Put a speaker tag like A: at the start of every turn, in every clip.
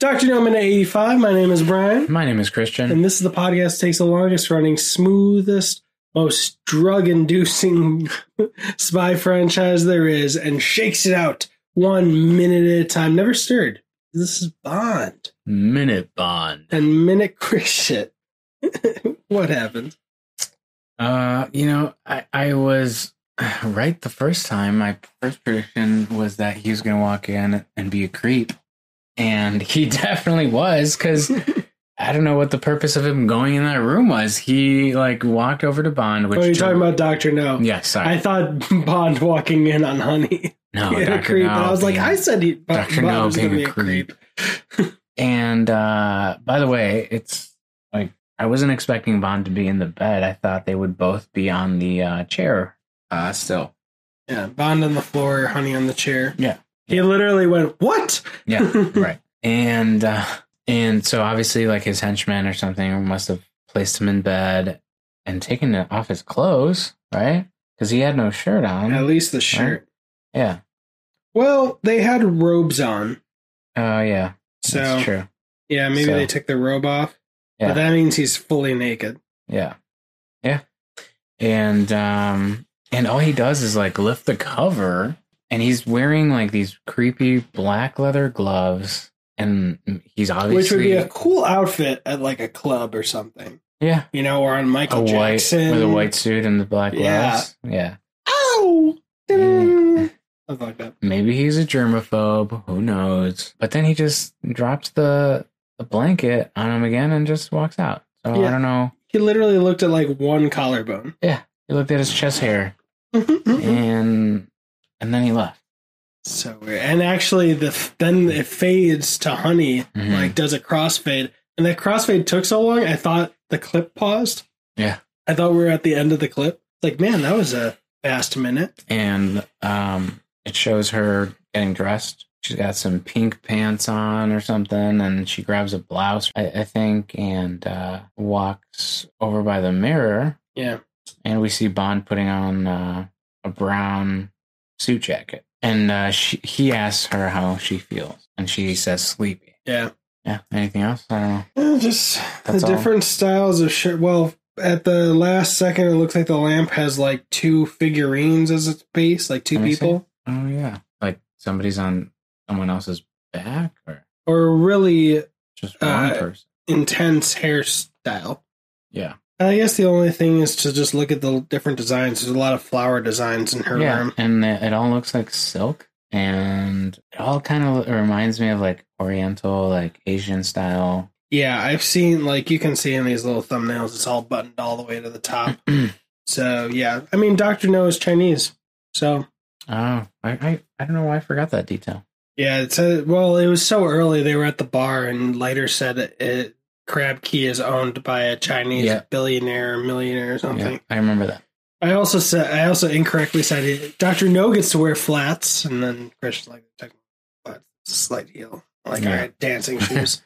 A: Dr. Nominate85, my name is Brian,
B: My name is Christian.
A: and this is the podcast that takes the longest running, smoothest, most drug inducing spy franchise there is and shakes it out one minute at a time, never stirred. This is Bond
B: Minute Bond.
A: and Minute Christian. what happened?
B: Uh, you know, I, I was right the first time. My first prediction was that he was going to walk in and be a creep. And he definitely was because I don't know what the purpose of him going in that room was. He like walked over to Bond, which.
A: What are you Oh, talking about, Dr. No?
B: Yeah, sorry.
A: I thought Bond walking in on Honey
B: no,
A: he had a
B: Dr.
A: creep,
B: No
A: and I was like,
B: being-
A: I said he, Bo-
B: Dr.
A: Bond
B: No
A: was going to
B: being
A: be
B: a
A: a creep.
B: And uh by the way, it's like I wasn't expecting Bond to be in the bed. I thought they would both be on the uh chair uh still.
A: Yeah, Bond on the floor, Honey on the chair.
B: Yeah.
A: He literally went, What?
B: Yeah, right. And uh and so obviously like his henchman or something must have placed him in bed and taken it off his clothes, right? Cuz he had no shirt
A: At
B: on.
A: least the shirt.
B: Yeah.
A: Well, they had robes on.
B: Oh yeah.
A: So,
B: that's true.
A: yeah, maybe
B: So.
A: they took the robe off.
B: Yeah.
A: But that means he's fully naked.
B: Yeah. Yeah. And um and all he does is like lift the cover and he's wearing like these creepy black leather gloves and Oh, he's obviously
A: Which would be a cool outfit at like a club or something.
B: yeah,
A: You know, or on
B: a
A: Michael
B: white
A: Jackson.
B: with a white suit and the black
A: Yeah.
B: gloves. Yeah.
A: Ow!
B: Mm.
A: Something like that.
B: Maybe he's a germaphobe, who knows. But then he just drops the the blanket on him again and just walks out. So
A: Yeah.
B: I don't know.
A: He literally looked at like one collarbone.
B: He looked at his chest hair and and then he left.
A: So weird. And actually, the then it fades to honey,
B: Mhm.
A: like does a crossfade, and that crossfade took so long. I thought the clip paused.
B: Yeah.
A: I thought we were at the end of the clip. Like, man, that was a fast minute.
B: and um, it shows her getting dressed. She's got some pink pants on or something, and she grabs a blouse, I, I think, and uh, walks over by the mirror.
A: Yeah.
B: And we see Bond putting on uh, a brown suit jacket, and uh, she, he asks her how she feels, and she says sleepy.
A: Yeah,
B: Yeah. Anything else? I don't know.
A: Yeah, just
B: That's
A: the
B: all.
A: different styles of shirt. Well, at the last second, it looks like the lamp has like two figurines as its base, like two
B: Let me see.
A: people,
B: Oh yeah, like somebody's on someone else's back, or
A: or really
B: just one
A: Uh,
B: person.
A: intense hairstyle.
B: Yeah.
A: I guess the only thing is to just look at the different designs. There's a lot of flower designs in her room.
B: and it it all looks like silk, and it all kind of reminds me of like Oriental, like Asian style.
A: Yeah, I've seen like you can see in these little thumbnails, it's all buttoned all the way to the top.
B: oh,
A: so yeah, I mean, Doctor No is Chinese, so
B: Oh, I, I I don't know why I forgot that detail.
A: yeah. It's a, well, it was so early. They were at the bar, and Lighter said it, it, Crab Key is owned by a Chinese
B: Yeah.
A: billionaire or millionaire or something.
B: Yeah, I remember that.
A: I also said I also incorrectly said it. Doctor No gets to wear flats, and then Christian's like, "Take my flats, slight heel, like
B: Yeah.
A: all right, dancing shoes."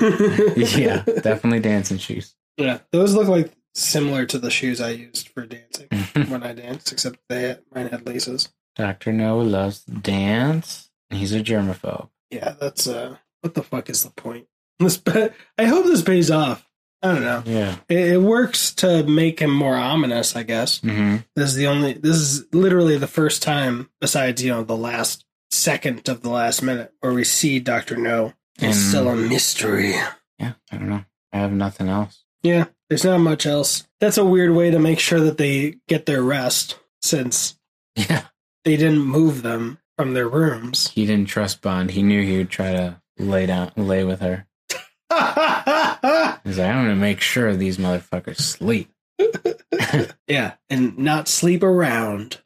B: yeah, definitely dancing shoes.
A: Yeah, those look like similar to the shoes I used for dancing when I danced, except they had, mine had laces.
B: Doctor No loves to dance. and He's a germaphobe.
A: Yeah, that's uh, what the fuck is the point? This, pa- I hope this pays off. I don't know.
B: Yeah.
A: It, it works to make him more ominous, I guess.
B: hmm
A: This is the only. This is literally the first time, besides you know the last second of the last minute, where we see Doctor No. It's
B: And-
A: still a mystery.
B: Yeah. I don't know. I have nothing else.
A: Yeah, there's not much else. That's a weird way to make sure that they get their rest, since
B: Yeah.
A: they didn't move them from their rooms.
B: He didn't trust Bond. He knew he would try to lay down, lay with her.
A: yeah,
B: He's like, I'm gonna make sure these motherfuckers sleep.
A: and not sleep around.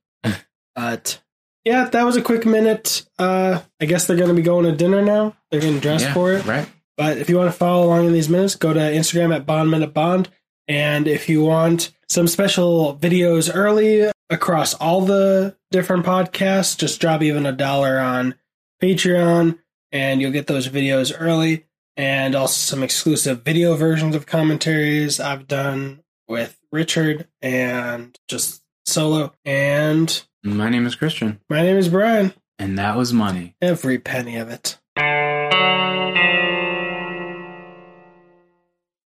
A: but yeah, that was a quick minute. Uh, I guess they're going to be going to dinner now. They're getting dressed
B: Yeah,
A: for it.
B: right?
A: But if you want to follow along in these minutes, go to Instagram at Bond Minute Bond. And if you want some special videos early across all the different podcasts, just drop even a dollar on Patreon and you'll get those videos early and also some exclusive video versions of commentaries I've done with Richard and just solo. And
B: My name is Christian,
A: my name is Brian.
B: and that was money.
A: Every penny of it.